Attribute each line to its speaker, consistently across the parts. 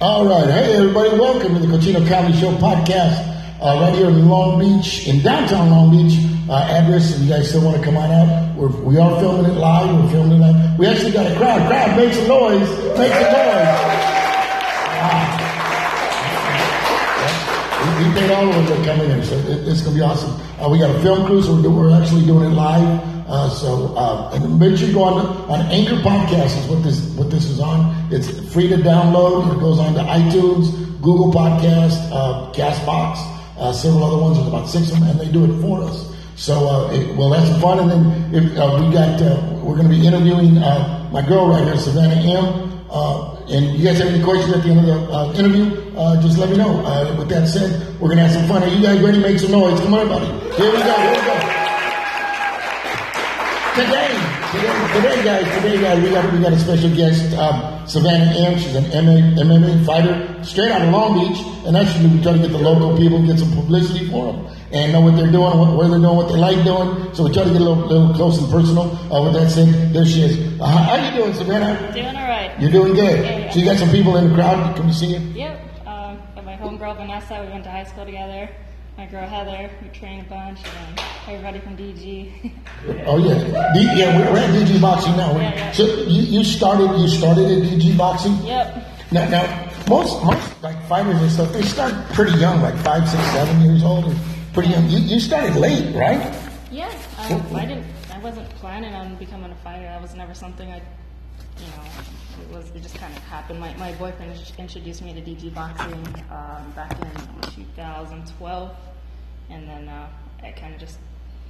Speaker 1: All right. Hey, everybody. Welcome to the Cochino Comedy Show podcast uh, right here in Long Beach, in downtown Long Beach. Uh, address, if you guys still want to come on out, we're, we are filming it live. We're filming it live. We actually got a crowd. Crowd, make some noise. Make some noise. We we paid all of them to come in, so it, it's going to be awesome. Uh, we got a film crew, so we're, do- we're actually doing it live. Uh, so uh, and make sure you go on on Anchor Podcast is what this what this is on. It's free to download. It goes on to iTunes, Google Podcast, uh, Castbox, uh, several other ones. There's about six of them, and they do it for us. So uh, it, we'll have some fun, and then if, uh, we got uh, we're going to be interviewing uh, my girl right here, Savannah M. Uh, and you guys have any questions at the end of the uh, interview, uh, just let me know. Uh, with that said, we're gonna have some fun. Are you guys ready to make some noise? Come on, everybody. Here we go. Here we go. Today, today, today, guys, today, guys, we got we got a special guest, um, Savannah M. She's an MA, MMA fighter, straight out of Long Beach, and that's what we try to get the local people get some publicity for them and know what they're doing, what, where they're doing, what they like doing. So we try to get a little, little close and personal. Uh, with that said, there she is. Uh, how are you doing, Savannah?
Speaker 2: Doing all right.
Speaker 1: You're doing good.
Speaker 2: Yeah, yeah.
Speaker 1: So you got some people in the crowd that come to see you.
Speaker 2: Yep. Um, got my homegirl Vanessa. We went to high school together. My girl Heather. We trained a bunch. And then everybody from DG.
Speaker 1: Oh yeah, D- yeah. We're, we're at DG Boxing now.
Speaker 2: Yeah, yeah.
Speaker 1: So you, you started you started at DG Boxing.
Speaker 2: yep.
Speaker 1: Now, now most most like fighters and stuff they start pretty young, like five, six, seven years old, or pretty young. You, you started late, right?
Speaker 2: Yeah. Um, I didn't. I wasn't planning on becoming a fighter. That was never something I. You know, it was. It just kind of happened. My my boyfriend int- introduced me to DG boxing um, back in 2012, and then uh, I kind of just.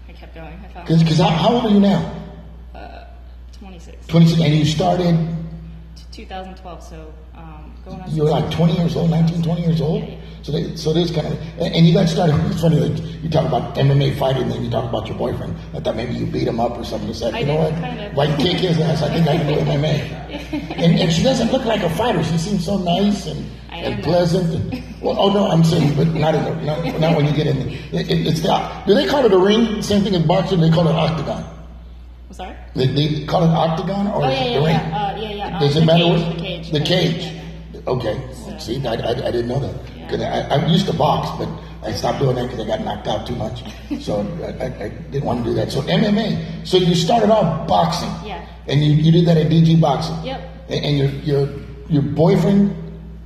Speaker 2: I kept going. I found
Speaker 1: Because how, how old are you now?
Speaker 2: 26,
Speaker 1: Twenty six, and you started.
Speaker 2: 2012. So um, going on.
Speaker 1: You were like 20 years old, 19, 20 years old. So, they, so this kind of, and, and you got started. It's funny, like you talk about MMA fighting, and then you talk about your boyfriend. I thought maybe you beat him up or something. It's like,
Speaker 2: I
Speaker 1: you know what?
Speaker 2: did, kind of.
Speaker 1: Like kick his ass. I think I can do MMA. and, and she doesn't look like a fighter. She seems so nice and,
Speaker 2: I am
Speaker 1: and
Speaker 2: nice.
Speaker 1: pleasant. And, well, oh no, I'm saying, but not in the, not, not when you get in. The, it, it, it's the, do they call it a ring? Same thing as boxing. They call it octagon.
Speaker 2: I'm sorry.
Speaker 1: They, they call it octagon or
Speaker 2: Oh
Speaker 1: is
Speaker 2: yeah,
Speaker 1: it
Speaker 2: yeah,
Speaker 1: the ring?
Speaker 2: yeah, uh, yeah, yeah.
Speaker 1: Does
Speaker 2: um,
Speaker 1: it
Speaker 2: the
Speaker 1: matter
Speaker 2: cage,
Speaker 1: what?
Speaker 2: the cage?
Speaker 1: The cage.
Speaker 2: yeah.
Speaker 1: Okay. See, I, I, I didn't know that. 'Cause I, I used to box, but I stopped doing that because I got knocked out too much. So I, I, I didn't want to do that. So MMA. So you started off boxing.
Speaker 2: Yeah.
Speaker 1: And you, you did that at DG Boxing.
Speaker 2: Yep.
Speaker 1: And, and your your your boyfriend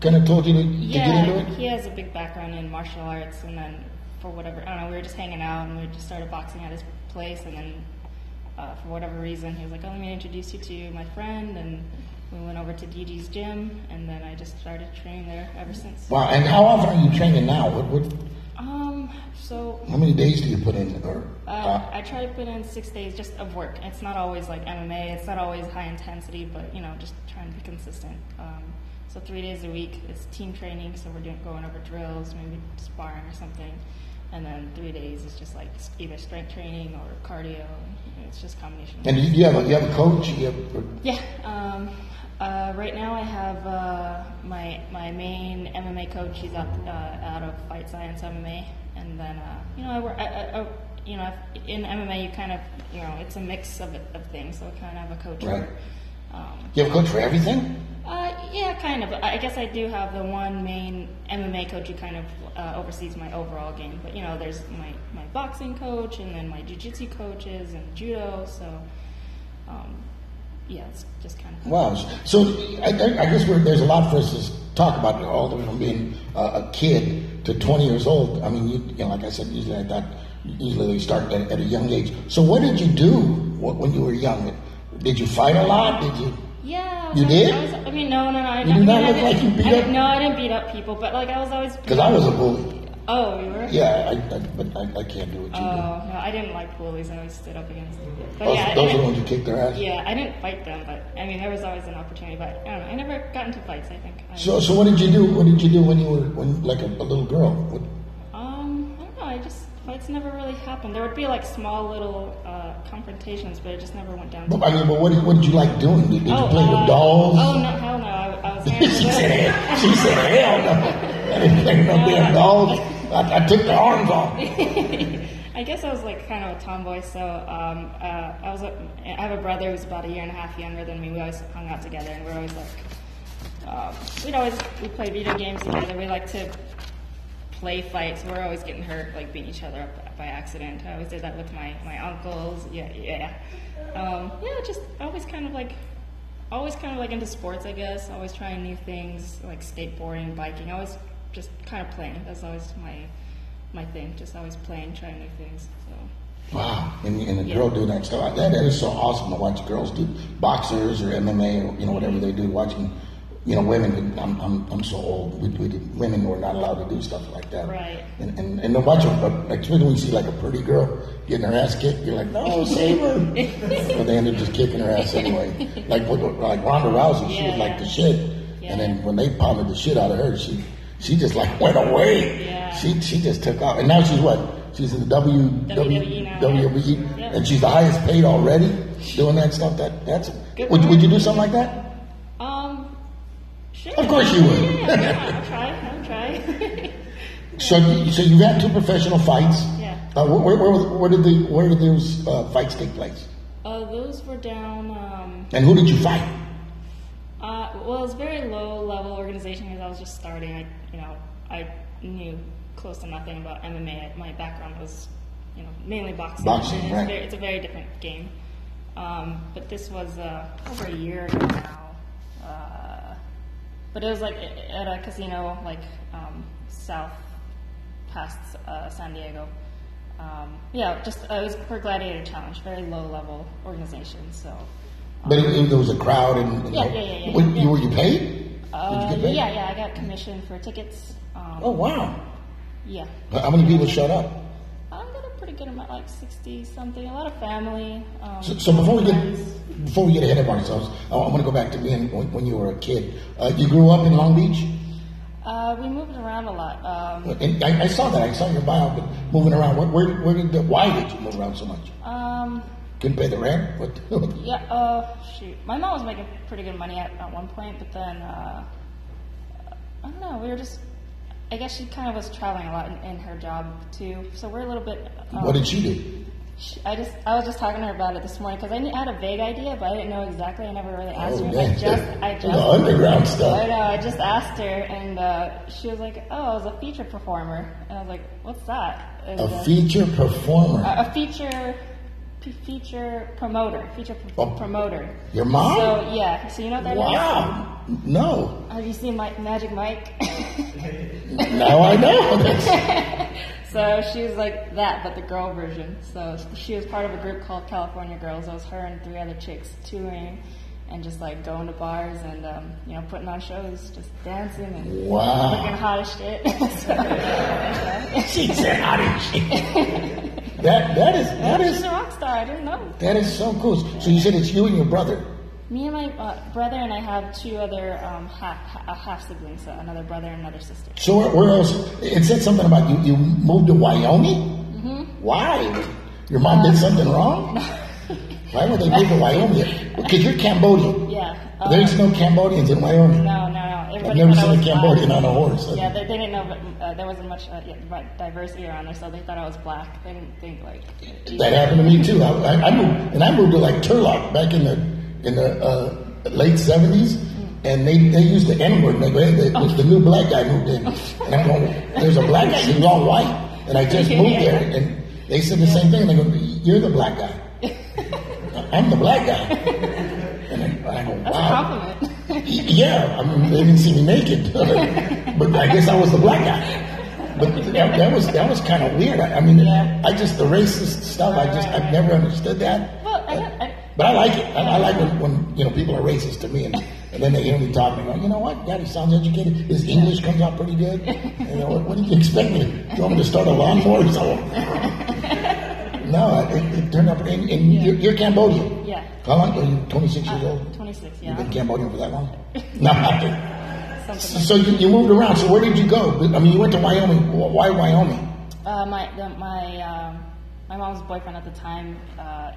Speaker 1: kind of told you to, to
Speaker 2: Yeah,
Speaker 1: get into it.
Speaker 2: he has a big background in martial arts, and then for whatever I don't know, we were just hanging out, and we just started boxing at his place, and then uh, for whatever reason, he was like, "Oh, let me introduce you to my friend," and we went over to DG's gym, and then I just started training there ever since.
Speaker 1: Wow. And how often are you training now? What, what
Speaker 2: Um, so
Speaker 1: how many days do you put in? Or
Speaker 2: Uh, I try to put in six days just of work. It's not always like MMA. It's not always high intensity, but you know, just trying to be consistent. Um, so three days a week is team training. So we're doing going over drills, maybe sparring or something, and then three days is just like s- either strength training or cardio. you know, It's just combination.
Speaker 1: and you, you have a you have a coach. You have, or-
Speaker 2: Yeah. Um, uh, right now, I have uh, my my main MMA coach. He's out uh, out of Fight Science MMA, and then uh, you know I work. I, I, I, you know, if- in MMA, you kind of you know it's a mix of of things. So I kind of have a coach.
Speaker 1: Right.
Speaker 2: Um,
Speaker 1: you have a coach for everything.
Speaker 2: uh, yeah, kind of. I I guess I do have the one main MMA coach who kind of uh, oversees my overall game. But you know, there's my my boxing coach and then my jujitsu coaches and judo. So, um, yeah, it's just kind of.
Speaker 1: Wow. So I, I I guess we're, there's a lot for us to s- talk about, all the way from being uh, a kid to 20 years old. I mean, you, you know, like I said, usually I thought usually they start at, at a young age. So what did you do wh- when you were young? Did you fight a lot? Did you?
Speaker 2: Yeah. I
Speaker 1: You
Speaker 2: was,
Speaker 1: did?
Speaker 2: I, was, I mean, no, no, no. I,
Speaker 1: You did not
Speaker 2: I
Speaker 1: look like you
Speaker 2: didn't-
Speaker 1: beat
Speaker 2: I didn't-
Speaker 1: up-
Speaker 2: No, I didn't beat up people, but like I was always.
Speaker 1: Because I was a bully.
Speaker 2: Oh, you were.
Speaker 1: Yeah, I, I, but I, I can't do what you
Speaker 2: Oh no, I didn't like bullies. I always stood up against. Them.
Speaker 1: do.
Speaker 2: But
Speaker 1: Those,
Speaker 2: yeah, I
Speaker 1: those are
Speaker 2: didn't-
Speaker 1: the ones you kick their ass.
Speaker 2: Yeah, I didn't fight them, but I mean, there was always an opportunity. But I don't know. I never got into fights. I think. I,
Speaker 1: So, so what did you do? What did you do when you were when like a, a little girl? What,
Speaker 2: Um, I don't know. I just fights never really happened. There would be like small little uh, confrontations, but it just never went down. to-
Speaker 1: but, I mean, but what, did- what did you like doing? Did, did you play
Speaker 2: uh,
Speaker 1: with dolls?
Speaker 2: Oh no, hell no! I, I was handling
Speaker 1: she said,
Speaker 2: it.
Speaker 1: hell, she said, hell no. I didn't play no damn dolls. I, I took the arms off.
Speaker 2: I guess I was like kind of a tomboy, so um, uh, I was. A, I have a brother who's about a year and a half younger than me. We always hung out together, and we're always like Um, we'd always we play video games together. We like to play fights. We're always getting hurt, like beating each other up by accident. I always did that with my my uncles. Yeah, yeah, um, yeah. Just always kind of like. Always kind of like into sports, I guess. Always trying new things like skateboarding, biking. Always just kind of playing. That's always my my thing. Just always playing, trying new things. So
Speaker 1: Wow, and, and a girl doing that stuff. That, that is so awesome to watch girls do boxers or MMA or you know whatever they do. Watching, you know, women. I'm I'm, I'm so old. We, we did, women were not allowed to do stuff like that.
Speaker 2: Right.
Speaker 1: And and, and to watch them, but like, especially when you see like a pretty girl getting her ass kicked, you're like, no, save her. but they end up just kicking her ass anyway. Like what, like Ronda Rousey, she was
Speaker 2: Yeah,
Speaker 1: like
Speaker 2: yeah.
Speaker 1: the shit.
Speaker 2: Yeah.
Speaker 1: And then when they pounded the shit out of her, she she just like went away.
Speaker 2: Yeah.
Speaker 1: She she just took off, and now she's what? She's in the W
Speaker 2: WWE E now,
Speaker 1: WWE,
Speaker 2: yeah.
Speaker 1: and she's the highest paid already doing that stuff. That that's
Speaker 2: Good
Speaker 1: would,
Speaker 2: for
Speaker 1: would
Speaker 2: her.
Speaker 1: you do something like that?
Speaker 2: Um, sure.
Speaker 1: Of course you would.
Speaker 2: Yeah, yeah, I'll try. I'll try.
Speaker 1: So you- so you've had two professional fights.
Speaker 2: Yeah.
Speaker 1: Uh, where, where, were the- where did the where did those uh, fights take place?
Speaker 2: uh, those were down. Um,
Speaker 1: And who did you fight?
Speaker 2: uh, well, it was very low level organization because I was just starting. I, you know, I knew close to nothing about MMA. My background was, you know, mainly boxing.
Speaker 1: Boxing,
Speaker 2: And it's,
Speaker 1: right.
Speaker 2: very, it's a very different game. Um, but this was uh, over a year ago now. Uh, but it was like at a casino, like um, south past uh, San Diego. Um, yeah, just uh, it was for Gladiator Challenge, very low level organization. So,
Speaker 1: But it, it- there was a crowd, and you
Speaker 2: Yeah,
Speaker 1: know,
Speaker 2: yeah, yeah, yeah,
Speaker 1: were, you-
Speaker 2: yeah.
Speaker 1: were you paid?
Speaker 2: uh,
Speaker 1: did you get paid?
Speaker 2: yeah, yeah, I got commission for tickets. Um,
Speaker 1: Oh wow!
Speaker 2: yeah,
Speaker 1: How many people showed up?
Speaker 2: I got a pretty good amount, like sixty something. A lot of family. Um,
Speaker 1: So, so before we
Speaker 2: friends.
Speaker 1: get before we get ahead of ourselves, I, want to go back to being when, when you were a kid. Uh, you grew up in Long Beach.
Speaker 2: uh, we moved around a lot. Um,
Speaker 1: And I, I saw that. I saw your bio, but moving around. Where, where, where did the, why did you move around so much?
Speaker 2: um,
Speaker 1: Couldn't pay the rent. What?
Speaker 2: Yeah, uh, shoot. My mom was making pretty good money at, at one point, but then, uh, I don't know, we were just, I guess she kind of was traveling a lot in, in her job too, so we're a little bit. Um,
Speaker 1: what did she do?
Speaker 2: she, I just, I was just talking to her about it this morning because I, knew- I had a vague idea, but I didn't know exactly. I never really asked her. I just, I
Speaker 1: Oh, the
Speaker 2: just.
Speaker 1: underground
Speaker 2: I
Speaker 1: stuff.
Speaker 2: know. uh, I just asked her, and uh, she was like, "Oh, I was a feature performer," and I was like, "What's that?" And,
Speaker 1: A
Speaker 2: uh,
Speaker 1: feature performer.
Speaker 2: a feature p- feature promoter, feature p-
Speaker 1: Oh.
Speaker 2: promoter.
Speaker 1: Your mom?
Speaker 2: So yeah, so you know what that is?
Speaker 1: Wow. No.
Speaker 2: Have you seen Mike, Magic Mike?
Speaker 1: Now I know. That's-
Speaker 2: so she was like that, but the girl version. So she was part of a group called California Girls. It was her and three other chicks touring and just like going to bars and um, you know putting on shows, just dancing and looking
Speaker 1: wow.
Speaker 2: hot as shit. so,
Speaker 1: She said, "How did she?" That that is that
Speaker 2: she's
Speaker 1: is
Speaker 2: a rock star. I didn't know.
Speaker 1: that is so cool. So you said it's you and your brother.
Speaker 2: Me and my uh, brother and I have two other um, half uh, half siblings, so another brother and another sister.
Speaker 1: So where, where else? It said something about you. You moved to Wyoming.
Speaker 2: Mm-hmm.
Speaker 1: Why? Your mom did something wrong. Why would they move to Wyoming? Because you're Cambodian.
Speaker 2: Yeah. um,
Speaker 1: There's no Cambodians in Wyoming.
Speaker 2: no, no, no. Everybody
Speaker 1: I've never
Speaker 2: thought I
Speaker 1: seen a
Speaker 2: was
Speaker 1: Cambodian on
Speaker 2: black.
Speaker 1: a horse.
Speaker 2: Yeah, they, they didn't know but, uh, there wasn't much uh, yeah, di- diversity around there, so they thought I was black. They didn't think like.
Speaker 1: That happened to me too. I, I, I moved, and I moved to like Turlock back in the in the uh, late seventies, and they, they used the N word. They go, "Hey, the, the new black guy moved in, and I'm going, "There's a black guy. He's all white," and I just moved there, and they said the same thing. They go, "You're the black guy. I'm the black guy," and I, and I go, "Wow."
Speaker 2: That's a compliment.
Speaker 1: Yeah, I mean, they didn't see me naked, but I guess I was the black guy. But that, that was that was kind of weird. I, I mean,
Speaker 2: Yeah.
Speaker 1: I just the racist stuff. I just
Speaker 2: Right,
Speaker 1: I've
Speaker 2: right.
Speaker 1: never understood that.
Speaker 2: well, I, don't- I,
Speaker 1: But I like it. I, I like when, when you know people are racist to me, and, and then they hear me talk. And they go, you know what? God, he sounds educated. His English comes out pretty good. You know, what, what did you expect me? You want me to start a lawnmower? or something? no, it, it turned up. And, and you're, you're Cambodian.
Speaker 2: yeah.
Speaker 1: How long? Are you 26
Speaker 2: Uh,
Speaker 1: years old?
Speaker 2: 26,
Speaker 1: You've been
Speaker 2: yeah.
Speaker 1: Cambodian for that long? No, I didn't.
Speaker 2: Something.
Speaker 1: So you, you moved around. So where did you go? I mean, you went to Wyoming. Wh- Why Wyoming?
Speaker 2: Uh, my the, my um, my mom's boyfriend at the time, uh,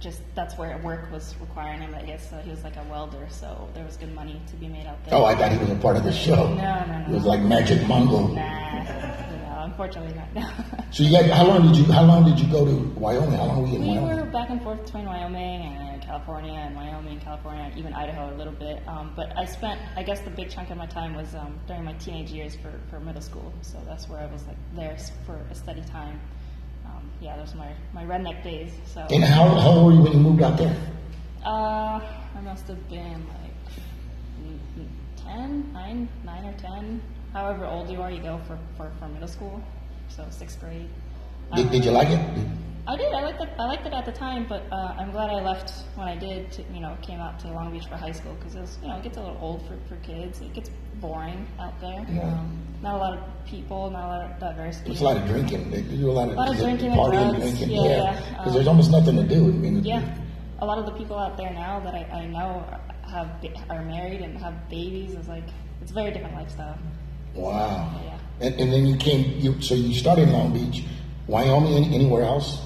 Speaker 2: just that's where work was requiring him. I guess so. He was like a welder, so there was good money to be made out there.
Speaker 1: Oh, I thought he was a part of the show.
Speaker 2: No, no, no.
Speaker 1: It was like Magic Mungo.
Speaker 2: Nah, you know, unfortunately not.
Speaker 1: So you got how long did you how long did you go to Wyoming? How long were you in
Speaker 2: we
Speaker 1: Wyoming?
Speaker 2: were back and forth between Wyoming and California and Wyoming and California, even Idaho a little bit. Um, but I spent, I guess, the big chunk of my time was um, during my teenage years for, for middle school. So that's where I was like there s- for a study time. Um, yeah, those were my, my redneck days. So
Speaker 1: And how, how old were you when you moved out there?
Speaker 2: uh, I must have been like n- n- 10, 9, 9 or 10. However old you are, you go for, for, for middle school. So sixth grade.
Speaker 1: Did,
Speaker 2: Um,
Speaker 1: did you like it?
Speaker 2: I did. I liked it. I liked it at the time, but uh, I'm glad I left when I did. To, you know, came out to Long Beach for high school because it was, you know, it gets a little old for, for kids. It gets boring out there.
Speaker 1: Yeah.
Speaker 2: Um, not a lot of people. Not a lot of diversity.
Speaker 1: It's a lot of drinking. They do a lot of,
Speaker 2: A lot of drinking and
Speaker 1: partying,
Speaker 2: drugs.
Speaker 1: drinking.
Speaker 2: Yeah,
Speaker 1: Yeah,
Speaker 2: yeah.
Speaker 1: because
Speaker 2: Um,
Speaker 1: there's almost nothing to do. I mean,
Speaker 2: yeah, a lot of the people out there now that I, I know have ba- are married and have babies. It's like it's a very different lifestyle.
Speaker 1: Wow.
Speaker 2: Yeah.
Speaker 1: And, and then you came. You so you started in Long Beach, Wyoming, any- anywhere else?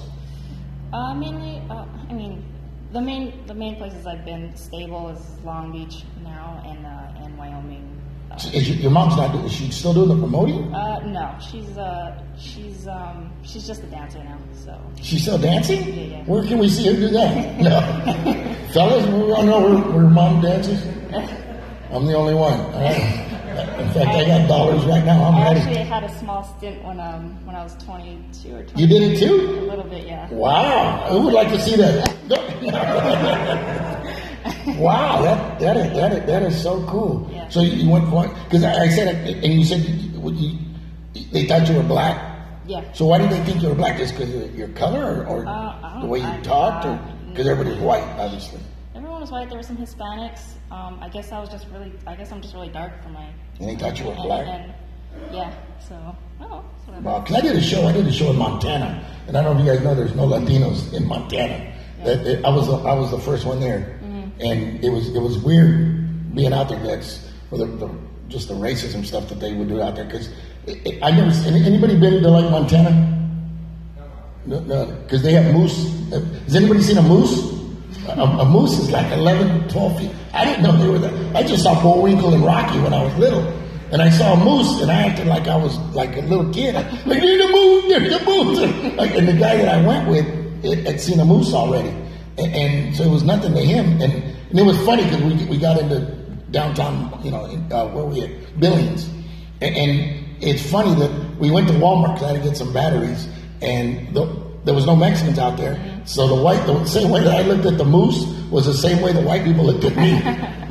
Speaker 2: Uh, mainly, uh, I mean, the main the main places I've been stable is Long Beach now and uh, and Wyoming. Uh,
Speaker 1: So Is your, your mom's not. Is she still doing the promoting?
Speaker 2: Uh, no, she's uh, she's um, she's just a dancer now. So
Speaker 1: She's still dancing.
Speaker 2: Yeah, yeah.
Speaker 1: Where can we see her do that? No, fellas, we all know where, where mom dances. I'm the only one. All right. In fact, I got dollars right now.
Speaker 2: I
Speaker 1: I'm ready.
Speaker 2: actually had a small stint when um when I was 22 or 20.
Speaker 1: You did it too.
Speaker 2: A little bit, yeah.
Speaker 1: Wow, who would like to see that? wow, that that is, that is, that is so cool.
Speaker 2: Yeah.
Speaker 1: So you went for because I, I said it, and you said you, what you, they thought you were black.
Speaker 2: Yeah.
Speaker 1: So why did they think you were black? Just because of your color or, or
Speaker 2: Uh, I don't-
Speaker 1: the way you
Speaker 2: I-
Speaker 1: talked, or
Speaker 2: I-
Speaker 1: because everybody's white, obviously.
Speaker 2: Everyone was white. There were some Hispanics. Um, I guess I was just really. I guess I'm just really dark for my.
Speaker 1: And they thought you were
Speaker 2: and-
Speaker 1: black.
Speaker 2: And, yeah. So oh, that's what I-
Speaker 1: Wow, 'cause I did a show. I did a show in Montana, and I don't know if you guys know. There's no Latinos in Montana. That- that- I was the- I was the first one there,
Speaker 2: Mm-hmm.
Speaker 1: and it was it was weird being out there. That's for the, the just the racism stuff that they would do out there. Because I never s- any- anybody been to like Montana? No, no, because they have moose. Has anybody seen a moose? A, a moose is like 11, 12 feet. I didn't know they were that. I just saw Bullwinkle and Rocky when I was little. And I saw a moose, and I acted like I was like a little kid. Like, there's a moose, there's a moose. Like, and the guy that I went with had- had seen a moose already. And, and so it was nothing to him. And, and it was funny because we, we got into downtown, you know, in, uh, where we at? Billings. And, and it's funny that we went to Walmart 'cause I had to get some batteries, and the, there was no Mexicans out there. So the white, the same way that I looked at the moose was the same way the white people looked at me.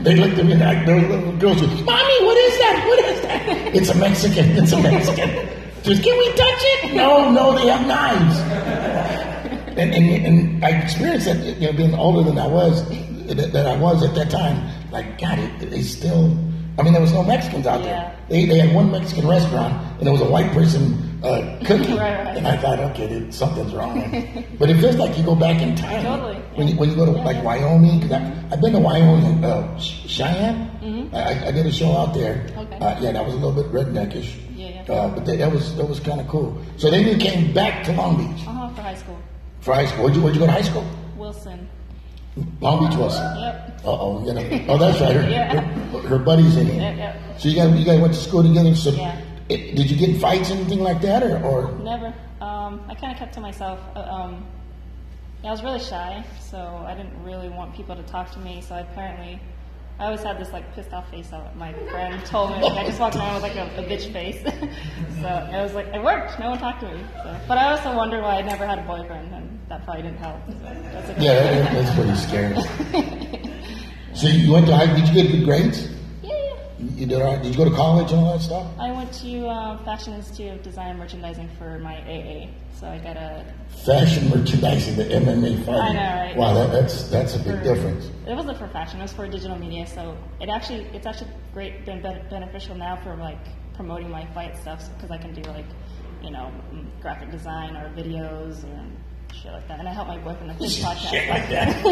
Speaker 1: they looked at me and I, those little girls would, "Mommy, what is that? What is that? It's a Mexican. It's a Mexican." Just can we touch it? No, no, they have knives and, and, and I experienced that, you know, being older than I was, that, that I was at that time. Like, God, it, they still. I mean, there was no Mexicans out
Speaker 2: Yeah.
Speaker 1: there. They, they had one Mexican restaurant, and there was a white person uh, cooking.
Speaker 2: Right, right.
Speaker 1: And I thought, okay, there- something's wrong. but it feels like you go back in time.
Speaker 2: Totally,
Speaker 1: When you, when you go to like Wyoming, 'cause I, I've been to Wyoming, uh, Ch- Cheyenne. I, I- I did a show out there.
Speaker 2: Mm-hmm. Okay.
Speaker 1: Uh, yeah, that was a little bit redneckish.
Speaker 2: Yeah, yeah.
Speaker 1: Uh, but that that was that was kind of cool. So then you came back to Long Beach
Speaker 2: uh-huh, for high school.
Speaker 1: for high school. Where'd you, where'd you go to high school?
Speaker 2: Wilson.
Speaker 1: Long Beach Wilson.
Speaker 2: Yep.
Speaker 1: Uh oh, you know. Oh, that's right. Her,
Speaker 2: Yeah.
Speaker 1: her, her buddies in here.
Speaker 2: Yep. Yep.
Speaker 1: So you guys, you guys went to school together. So
Speaker 2: Yeah.
Speaker 1: it, did you get in fights, anything like that, or, or
Speaker 2: Never. Um, I kind of kept to myself. Uh, um, yeah, I was really shy, so I didn't really want people to talk to me. So I apparently, I always had this like pissed off face. Out. My friend told me like, I just walked around with like a, a bitch face. so I was like, it worked. No one talked to me. So. But I also wondered why I never had a boyfriend, and that probably didn't help. So that's okay.
Speaker 1: yeah, that, that- that's pretty scary. so you went to high. Did you get good grades?
Speaker 2: Yeah, yeah.
Speaker 1: You did all right. Did you go to college and all that stuff?
Speaker 2: I went to um, Fashion Institute of Design and Merchandising for my AA, so I got a
Speaker 1: Fashion merchandising, the MMA fighting.
Speaker 2: I know, right?
Speaker 1: Wow, that, that's that's a big
Speaker 2: for-
Speaker 1: difference.
Speaker 2: It wasn't for fashion. It was for digital media. So it actually, it's actually great, been ben- beneficial now for like promoting my fight stuff because I can do like, you know, mm, graphic design or videos and shit like that. And I help my boyfriend with his
Speaker 1: Shit
Speaker 2: podcast.
Speaker 1: like that.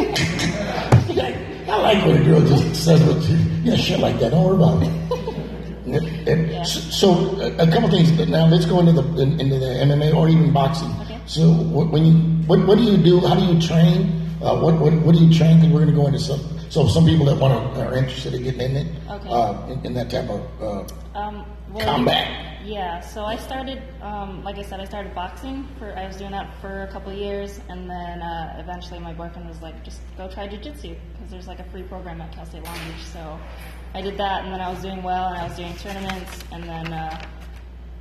Speaker 1: I like when a girl just says what she, yeah, shit like that. Don't worry about it. And- and
Speaker 2: Yeah.
Speaker 1: So, so, a a couple things. But now let's go into the in- into the MMA or even boxing.
Speaker 2: Okay.
Speaker 1: So wh- when you what, what do you do? How do you train? Uh, what, what what do you train? Because we're going to go into some so some people that want to are interested in getting in it.
Speaker 2: Okay.
Speaker 1: Uh, in, in that type of uh,
Speaker 2: Um, well,
Speaker 1: combat.
Speaker 2: Yeah, so I started, um, like I said, I started boxing. For I was doing that for a couple of years, and then uh, eventually my boyfriend was like, "Just go try jujitsu because there's like a free program at Cal State Long Beach." So I did that, and then I was doing well, and I was doing tournaments, and then uh,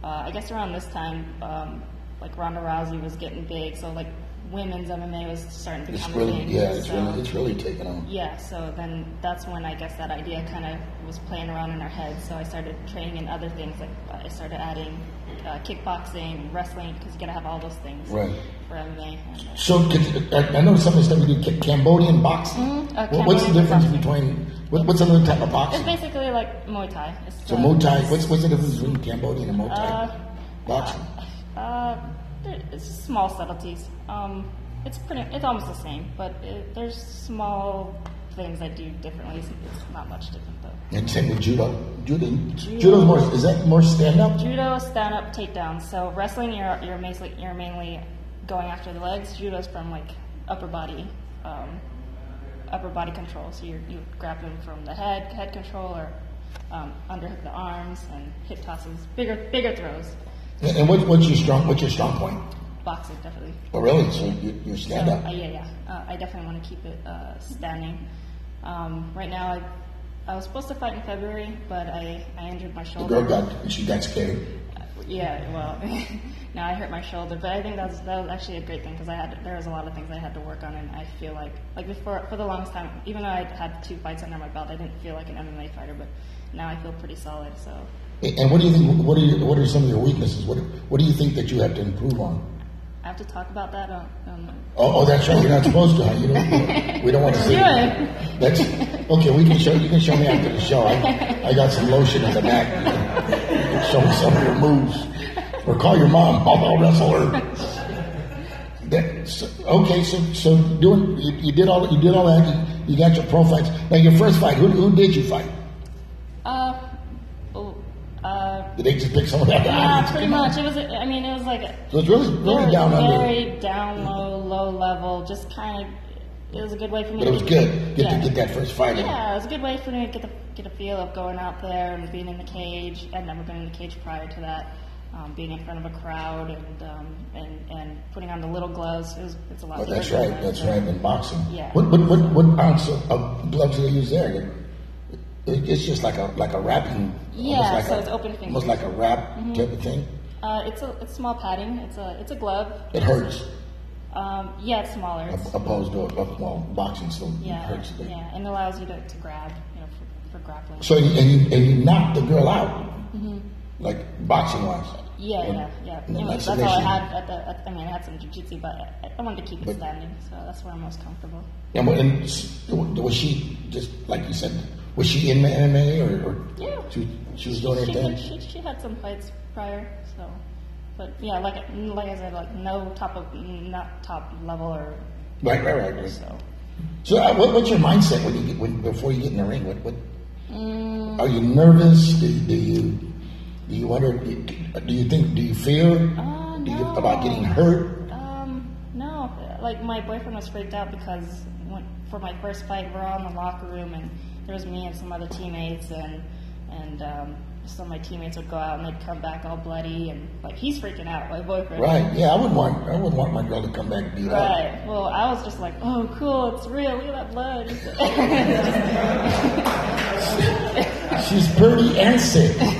Speaker 2: uh, I guess around this time, um, like Ronda Rousey was getting big, so like women's MMA was starting to
Speaker 3: It's
Speaker 2: become a
Speaker 3: really,
Speaker 2: thing.
Speaker 3: yeah, it's
Speaker 2: so-
Speaker 3: really, it's really taken on.
Speaker 2: yeah, so then that's when I guess that idea kind of was playing around in our heads. So I started training in other things, like uh, I started adding uh, kickboxing, wrestling, because you gotta have all those things
Speaker 3: Right.
Speaker 2: for MMA. And, uh,
Speaker 1: So, could- I I know some of the stuff you do, Ca- Cambodian boxing.
Speaker 2: Mhm, uh,
Speaker 1: What- What's the
Speaker 2: Cambodian
Speaker 1: difference
Speaker 2: boxing.
Speaker 1: between, what- what's another type of
Speaker 2: it's
Speaker 1: boxing?
Speaker 2: basically like Muay Thai. It's
Speaker 1: So
Speaker 2: uh,
Speaker 1: Muay Thai, what's, what's the difference between Cambodian and Muay
Speaker 2: Uh,
Speaker 1: Thai boxing?
Speaker 2: Uh, there- it's just small subtleties. Um, it's pretty. It's almost the same, but it, there's small things I do differently. It's, it's not much different though.
Speaker 1: And same with judo. Judo, judo's more, is that more stand-up?
Speaker 2: Judo stand up takedown. So wrestling, you're you're mainly you're mainly going after the legs. Judo's from like upper body, um, upper body control. So you you grab them from the head, head control, or um, underhook the arms and hip tosses. Bigger bigger throws.
Speaker 1: And and what, what's your strong, what's your strong point?
Speaker 2: Boxing definitely.
Speaker 3: Oh, really? So you, you
Speaker 2: So,
Speaker 3: stand
Speaker 2: uh,
Speaker 3: up.
Speaker 2: yeah, yeah. Uh, I definitely want to keep it uh, standing. Um, right now, I I was supposed to fight in February, but I I injured my
Speaker 3: The
Speaker 2: shoulder.
Speaker 3: girl got, she got scared.
Speaker 2: Yeah, well, no, I hurt my shoulder, but I think that was, that was actually a great thing because I had there was a lot of things I had to work on, and I feel like like before for the longest time, even though I had two fights under my belt, I didn't feel like an MMA fighter, but now I feel pretty solid. So
Speaker 1: And and what do you think, what are, your, what are some of your weaknesses? What, what do you think that you have to improve on?
Speaker 2: I have to talk about that. On, on
Speaker 1: Oh, oh, that's right, you're not supposed to, you don't, we don't want to see
Speaker 2: Really?
Speaker 1: that. That's, okay, we can show, you can show me after the show. I, I got some lotion in the back. Show me some of your moves. Or call your mom, I'll I'll wrestle her. That, so, okay, so, so doing, you, you did all, you did all that, you, you got your pro fights. Now, your first fight, who, who did you fight?
Speaker 2: uh, oh, uh,
Speaker 1: Did they just pick someone out of the
Speaker 2: yeah,
Speaker 1: audience?
Speaker 2: pretty much. It was. a- I mean, it was like a
Speaker 1: So it's really, really
Speaker 2: very,
Speaker 1: down under.
Speaker 2: very down low, low level. Just kind of. It was a good way for me.
Speaker 1: But
Speaker 2: to
Speaker 1: it was
Speaker 2: get-
Speaker 1: good. Get
Speaker 2: yeah.
Speaker 1: to get that first fight in.
Speaker 2: Yeah, it was a good way for me to get the get a feel of going out there and being in the cage. I'd never been in the cage prior to that. Um, being in front of a crowd and um, and and putting on the little gloves. It was, it's a lot.
Speaker 3: Oh,
Speaker 2: bigger
Speaker 3: that's
Speaker 2: than
Speaker 3: right.
Speaker 2: that,
Speaker 3: That's
Speaker 2: so-
Speaker 3: right. In boxing.
Speaker 2: Yeah.
Speaker 1: What what what, what ounce of, of gloves do they use there? It, it's just like a like a wrapping.
Speaker 2: Yeah,
Speaker 1: almost like
Speaker 2: so
Speaker 1: a-
Speaker 2: it's open Mm-hmm. fingers.
Speaker 1: Almost like a wrap type of thing.
Speaker 2: Uh, it's a it's small padding. It's a it's a glove.
Speaker 1: It hurts
Speaker 2: Um, yeah, it's smaller. It's,
Speaker 3: Op- Opposed to a, well, boxing still
Speaker 2: yeah,
Speaker 3: hurts.
Speaker 2: yeah, and allows you to, to grab, you know, for, for grappling.
Speaker 1: So you, and you and you knock the girl out, like boxing wise.
Speaker 2: Mm-hmm. Yeah,
Speaker 1: And-
Speaker 2: yeah, yeah.
Speaker 1: and
Speaker 2: Anyway,
Speaker 1: that's
Speaker 2: that's
Speaker 1: the
Speaker 2: all I
Speaker 1: nation.
Speaker 2: had at the. At, I mean, I had some jujitsu, but I, I wanted to keep it
Speaker 1: But-
Speaker 2: standing, so that's where I'm most comfortable.
Speaker 1: And, wa- and s- was she just like you said? Was she in the MMA or, or
Speaker 2: Yeah.
Speaker 1: she, she was doing her
Speaker 2: she,
Speaker 1: thing?
Speaker 2: had- she, she had some fights prior, so. But yeah, like I- like I said, like no top of not top level or
Speaker 1: Right, right, right. right.
Speaker 2: so.
Speaker 1: So, uh, what, what's your mindset when you get when, before you get in the ring? What, what
Speaker 2: Mm.
Speaker 1: are you nervous? Do, do you do you wonder? Do you, do you think? Do you fear?
Speaker 2: Uh,
Speaker 1: do you,
Speaker 2: no.
Speaker 1: about getting hurt?
Speaker 2: Um, no, like my boyfriend was freaked out because when, for my first fight, we're all in the locker room and there was me and some other teammates and and um, some of my teammates would go out and they'd come back all bloody and like he's freaking out, my boyfriend.
Speaker 1: Right? Yeah, I would want I would want my girl to come back and be like,
Speaker 2: Right. Well, I was just like, oh, cool, it's real. Look at that blood.
Speaker 1: she's pretty and sick.
Speaker 2: Yeah.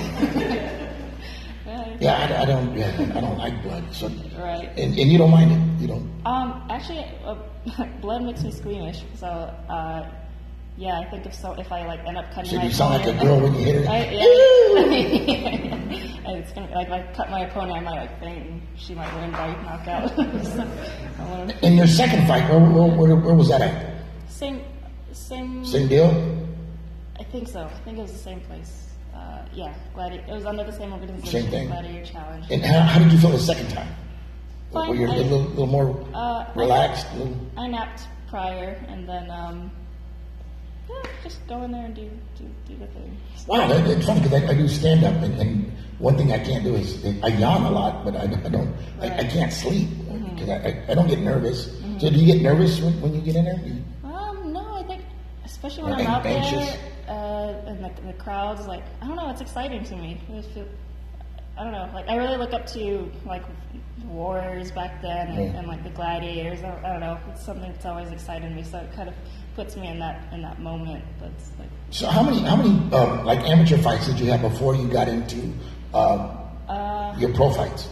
Speaker 1: yeah, I, I don't. Yeah, I don't like blood. So,
Speaker 2: right.
Speaker 1: and, and you don't mind it. You don't.
Speaker 2: Um, actually, uh, blood makes me squeamish. So, uh, yeah, I think if so, if I like end up cutting
Speaker 1: So
Speaker 2: my
Speaker 1: you sound like a
Speaker 2: opponent-
Speaker 1: girl when you hit her.
Speaker 2: I, yeah. And it's gonna like if I cut my opponent, I might like faint. and She might win by knockout. so, I wanna-
Speaker 1: In your second fight, where, where, where, where was that at?
Speaker 2: same, same.
Speaker 1: Same deal.
Speaker 2: I think so. I think it was the same place. Uh, yeah, Gladiator. It was under the same organization.
Speaker 1: Same thing.
Speaker 2: Gladiator Challenge.
Speaker 1: And how, how did you feel the second time?
Speaker 2: Fine,
Speaker 1: Were you a
Speaker 2: I-
Speaker 1: little, little more
Speaker 2: Uh,
Speaker 1: relaxed? A little,
Speaker 2: I napped prior, and then um, yeah, just go in there and do do, do the thing.
Speaker 1: wow, that, that's funny because I, I do stand up, and, and one thing I can't do is I yawn a lot, but I, don't- I don't, I, I
Speaker 2: Right. Mm-hmm.
Speaker 1: can't sleep because I, I, I don't get nervous. So do you get nervous when, when you get in there? You-
Speaker 2: Um, no, I think especially when
Speaker 1: Or
Speaker 2: I'm
Speaker 1: an-
Speaker 2: out
Speaker 1: anxious?
Speaker 2: there uh, and the, the crowds, like I don't know, it's exciting to me. It was feel, I don't know. Like I really look up to like the warriors back then and,
Speaker 1: Yeah.
Speaker 2: and like the gladiators. I, I don't know. It's something that's always excited me. So it kind of puts me in that in that moment. That's like
Speaker 1: So how many how many um, like amateur fights did you have before you got into um, your pro fights?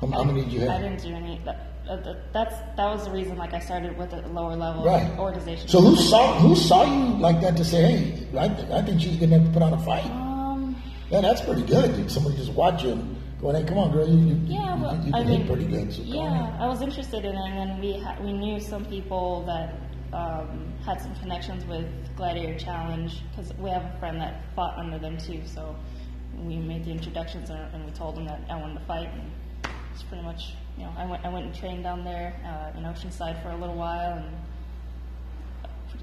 Speaker 1: How, how many did you
Speaker 2: Uh, I
Speaker 1: have?
Speaker 2: didn't do any. That, uh, that- that's that was the reason. Like I started with a lower level
Speaker 1: Right.
Speaker 2: organization.
Speaker 1: So who saw who saw you like that to say, hey, I, th- I think she's gonna have to put on a fight?
Speaker 2: um,
Speaker 1: Yeah, that's pretty good. Did somebody just watch you and going, hey, come on, girl, you you, you,
Speaker 2: Yeah, well,
Speaker 1: you, you
Speaker 2: I
Speaker 1: can
Speaker 2: mean,
Speaker 1: hit pretty good. So go
Speaker 2: yeah, I was interested in it, and then we ha- we knew some people that um, had some connections with Gladiator Challenge because we have a friend that fought under them too. So we made the introductions uh, and, and we told them that I wanted to fight, and it's pretty much you know I went I went and trained down there uh, in Oceanside for a little while, and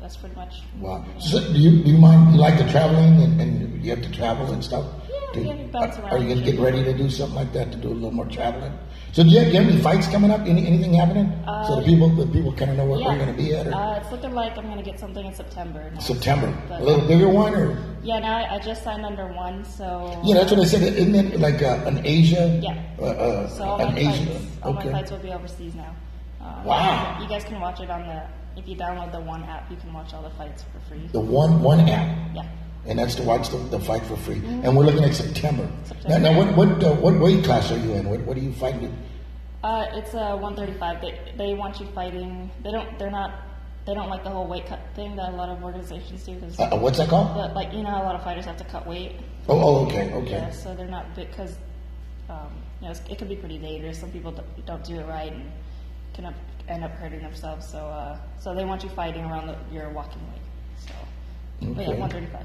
Speaker 2: that's pretty much
Speaker 1: Wow. So do you do you mind? You like the traveling and, and you have to travel and stuff.
Speaker 2: Yeah,
Speaker 1: Do-
Speaker 2: yeah, we bounce
Speaker 1: are-
Speaker 2: around.
Speaker 1: Are you gonna get ready to do something like that to do a little more traveling? So do you have, do you have any fights coming up? Any anything happening? so the people the people kind of know where,
Speaker 2: Uh, yeah.
Speaker 1: where you're gonna be at. Or
Speaker 2: Uh, it's looking like I'm gonna get something in September. Now.
Speaker 1: September,
Speaker 2: but-
Speaker 1: a little bigger one, or
Speaker 2: Yeah, now I, I just signed under one, so
Speaker 1: yeah, that's what I said. Isn't it like uh, an Asia?
Speaker 2: Yeah.
Speaker 1: Uh, uh,
Speaker 2: So all my
Speaker 1: an Asia.
Speaker 2: fights, all my
Speaker 1: okay.
Speaker 2: fights will be overseas now. Um,
Speaker 1: Wow.
Speaker 2: You guys can watch it on the. If you download the one app, you can watch all the fights for free.
Speaker 1: the one one app,
Speaker 2: Yeah.
Speaker 1: and that's to watch the, the fight for free. And we're looking at September.
Speaker 2: September.
Speaker 1: Now, now what what uh, what weight class are you in? What what are you fighting?
Speaker 2: Uh, it's a 135. They they want you fighting. They don't. They're not. They don't like the whole weight cut thing that a lot of organizations do. Cause,
Speaker 1: Uh, what's that called?
Speaker 2: but like you know, a lot of fighters have to cut weight.
Speaker 1: Oh, oh okay, okay.
Speaker 2: Yeah. So they're not because um, you know it's, it can be pretty dangerous. Some people don't, don't do it right and can up, end up hurting themselves. So uh, so they want you fighting around the, your walking weight. So but yeah,
Speaker 1: Okay.
Speaker 2: 135.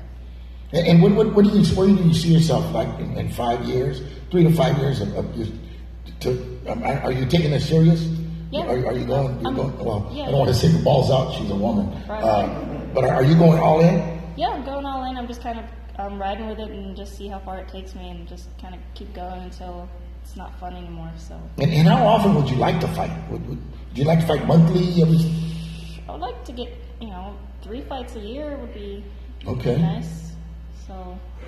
Speaker 1: And, and what, what, what do you, where do you see yourself like in, in five years, three to five years of, of just, to, um, are are you taking this serious?
Speaker 2: Yeah.
Speaker 1: Are, are you going, you're
Speaker 2: Um,
Speaker 1: going, well, I
Speaker 2: yeah.
Speaker 1: don't want to say the ball's out, she's a woman.
Speaker 2: Right.
Speaker 1: Uh, but are, are you going all in?
Speaker 2: Yeah, I'm going all in. I'm just kind of um, riding with it and just see how far it takes me and just kind of keep going until it's not fun anymore. So
Speaker 1: And, and how often would you like to fight? Would, would, do you like to fight monthly? Every,
Speaker 2: I would like to get, you know, three fights a year would be
Speaker 1: okay.
Speaker 2: nice. So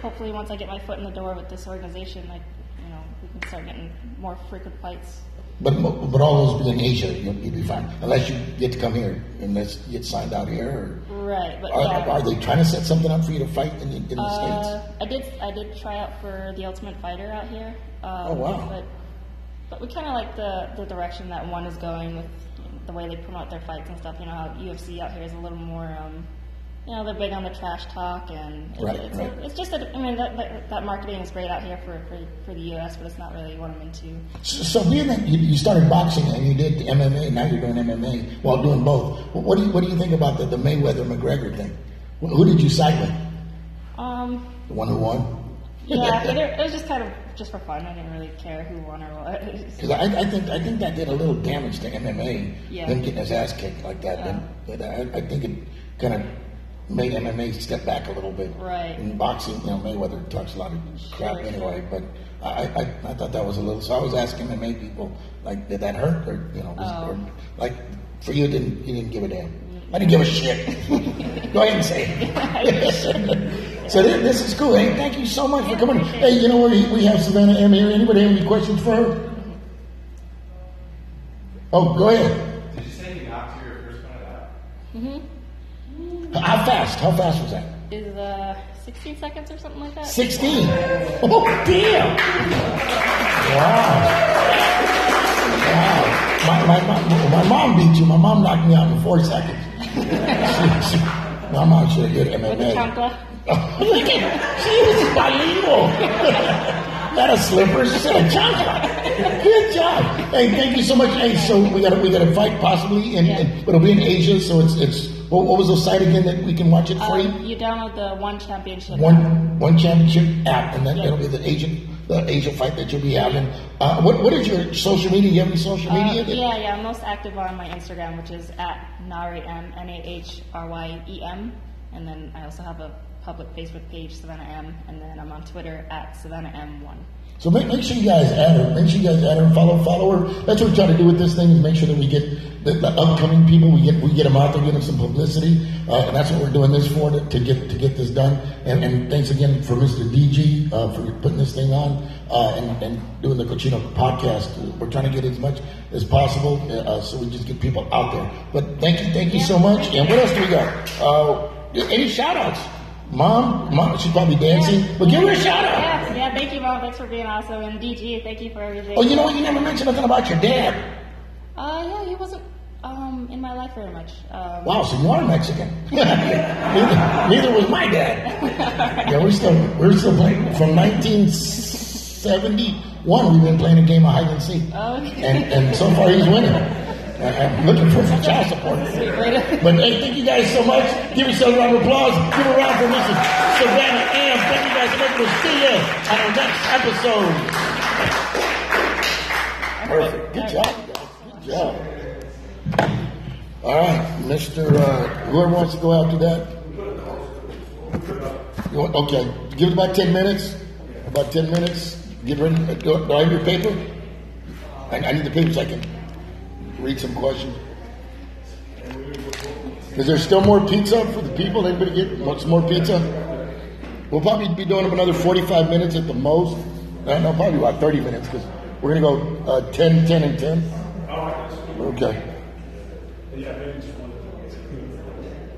Speaker 2: hopefully, once I get my foot in the door with this organization, like, you know, we can start getting more frequent fights.
Speaker 1: But, mo- but all those be in Asia, you'll, you'll be fine. Unless you get to come here, unless you get signed out here.
Speaker 2: Right, but
Speaker 1: Or, are,
Speaker 2: yeah.
Speaker 1: are they trying to set something up for you to fight in, the- in the States?
Speaker 2: Uh, I did. I did try out for the Ultimate Fighter out here. Um,
Speaker 1: Oh, wow.
Speaker 2: But but we kind of like the the direction that one is going with the way they promote their fights and stuff. You know how UFC out here is a little more. Um, you know they're big on the trash talk and
Speaker 1: Right,
Speaker 2: it's,
Speaker 1: right.
Speaker 2: it's just that I mean that, that that marketing is great out here for, for for the US, but it's not really what I'm into.
Speaker 1: So, so being that you, you started boxing and you did MMA, now you're doing MMA while doing both. What what do you, what do you think about the, the Mayweather McGregor thing? Wh- Who did you side with?
Speaker 2: Um,
Speaker 1: The one who won?
Speaker 2: yeah, it, it was just kind of just for fun. I didn't really care who won or what. It was-
Speaker 1: Because I, I think I think that did a little damage to MMA.
Speaker 2: Yeah.
Speaker 1: Him getting his ass kicked like that. And, and I, I think it kind of made MMA step back a little bit.
Speaker 2: Right.
Speaker 1: In boxing, you know, Mayweather talks a lot of crap
Speaker 2: Sure.
Speaker 1: anyway. But I, I I thought that was a little. So I was asking MMA people like, did that hurt or you know, was,
Speaker 2: Oh.
Speaker 1: or, like for you, it didn't you didn't give a damn? I didn't give a shit. Go ahead and say it. So this, this is cool. Hey, thank you so much for coming. Hey, you know what? We have Savannah M here. Anybody have any questions for her? Oh, go ahead.
Speaker 4: Did you say you knocked your first one out?
Speaker 1: How fast? How fast was that?
Speaker 2: Is uh 16 seconds or something like that?
Speaker 1: 16. Oh, damn. Wow. Wow. My, my, mom- my mom beat you. My mom knocked me out in four seconds. She- she- my mom should have hit
Speaker 2: With the
Speaker 1: MMA.
Speaker 2: chancla.
Speaker 1: Look at her. She was bilingual. Not a slipper. She said a chancla. Good job. Hey, thank you so much. Hey, so we got to we got to fight possibly, and, and but it'll be in Asia. So it's it's what, what was the site again that we can watch it for you?
Speaker 2: Um, you download the one championship.
Speaker 1: one one championship app, and then
Speaker 2: Uh, Yeah.
Speaker 1: it'll be the agent the agent fight that you'll be having. Uh, what what is your social media? You have any social
Speaker 2: Uh,
Speaker 1: media? that-
Speaker 2: yeah, yeah. I'm most active on my Instagram, which is at Nari M N A H R Y E M, and then I also have a public Facebook page, Savannah M, and then I'm on Twitter at Savannah M One.
Speaker 1: So make, make sure you guys add her. Make sure you guys add her and follow follow her. That's what we try to do with this thing is make sure that we get the, the upcoming people. We get we get them out there, get them some publicity. Uh, and that's what we're doing this for to, to get to get this done. And, and thanks again for Mr. DG uh, for putting this thing on uh, and, and doing the Cochino podcast. We're trying to get as much as possible uh, so we just get people out there. But thank you, thank you so much. And what else do we got? Uh, any shout outs? Mom, mom, she's probably dancing, but give her a shout out.
Speaker 2: Yeah, yeah, thank you, Mom. Thanks for being awesome. And DG, thank you for everything.
Speaker 1: Oh, you know what? You never mentioned nothing about your dad.
Speaker 2: Uh, yeah, he wasn't um, in my life very much. Um,
Speaker 1: Wow, so you are Mexican. neither, neither was my dad. Yeah, we're still we're still playing from 1971. We've been playing a game of hide and seek,
Speaker 2: okay.
Speaker 1: and and so far he's winning. I- I'm looking for some child support.
Speaker 2: Sweet, right?
Speaker 1: But hey, thank you guys so much. Give yourselves a round of applause. Give a round for Mrs. Savannah Ann. Thank you guys so much. We'll see you on our next episode. Perfect. Good job. guys. Good job. All right, Mr. Uh, whoever wants to go after that. You want- Okay, give it about 10 minutes. About 10 minutes. Get ready. uh, Do do I have your paper? I, I need the paper so I can read some questions. Is there still more pizza for the people? Anybody get wants more pizza? We'll probably be doing them another 45 minutes at the most. No, no, probably about 30 minutes because we're going to go uh, 10, 10, and 10. Okay. Oh.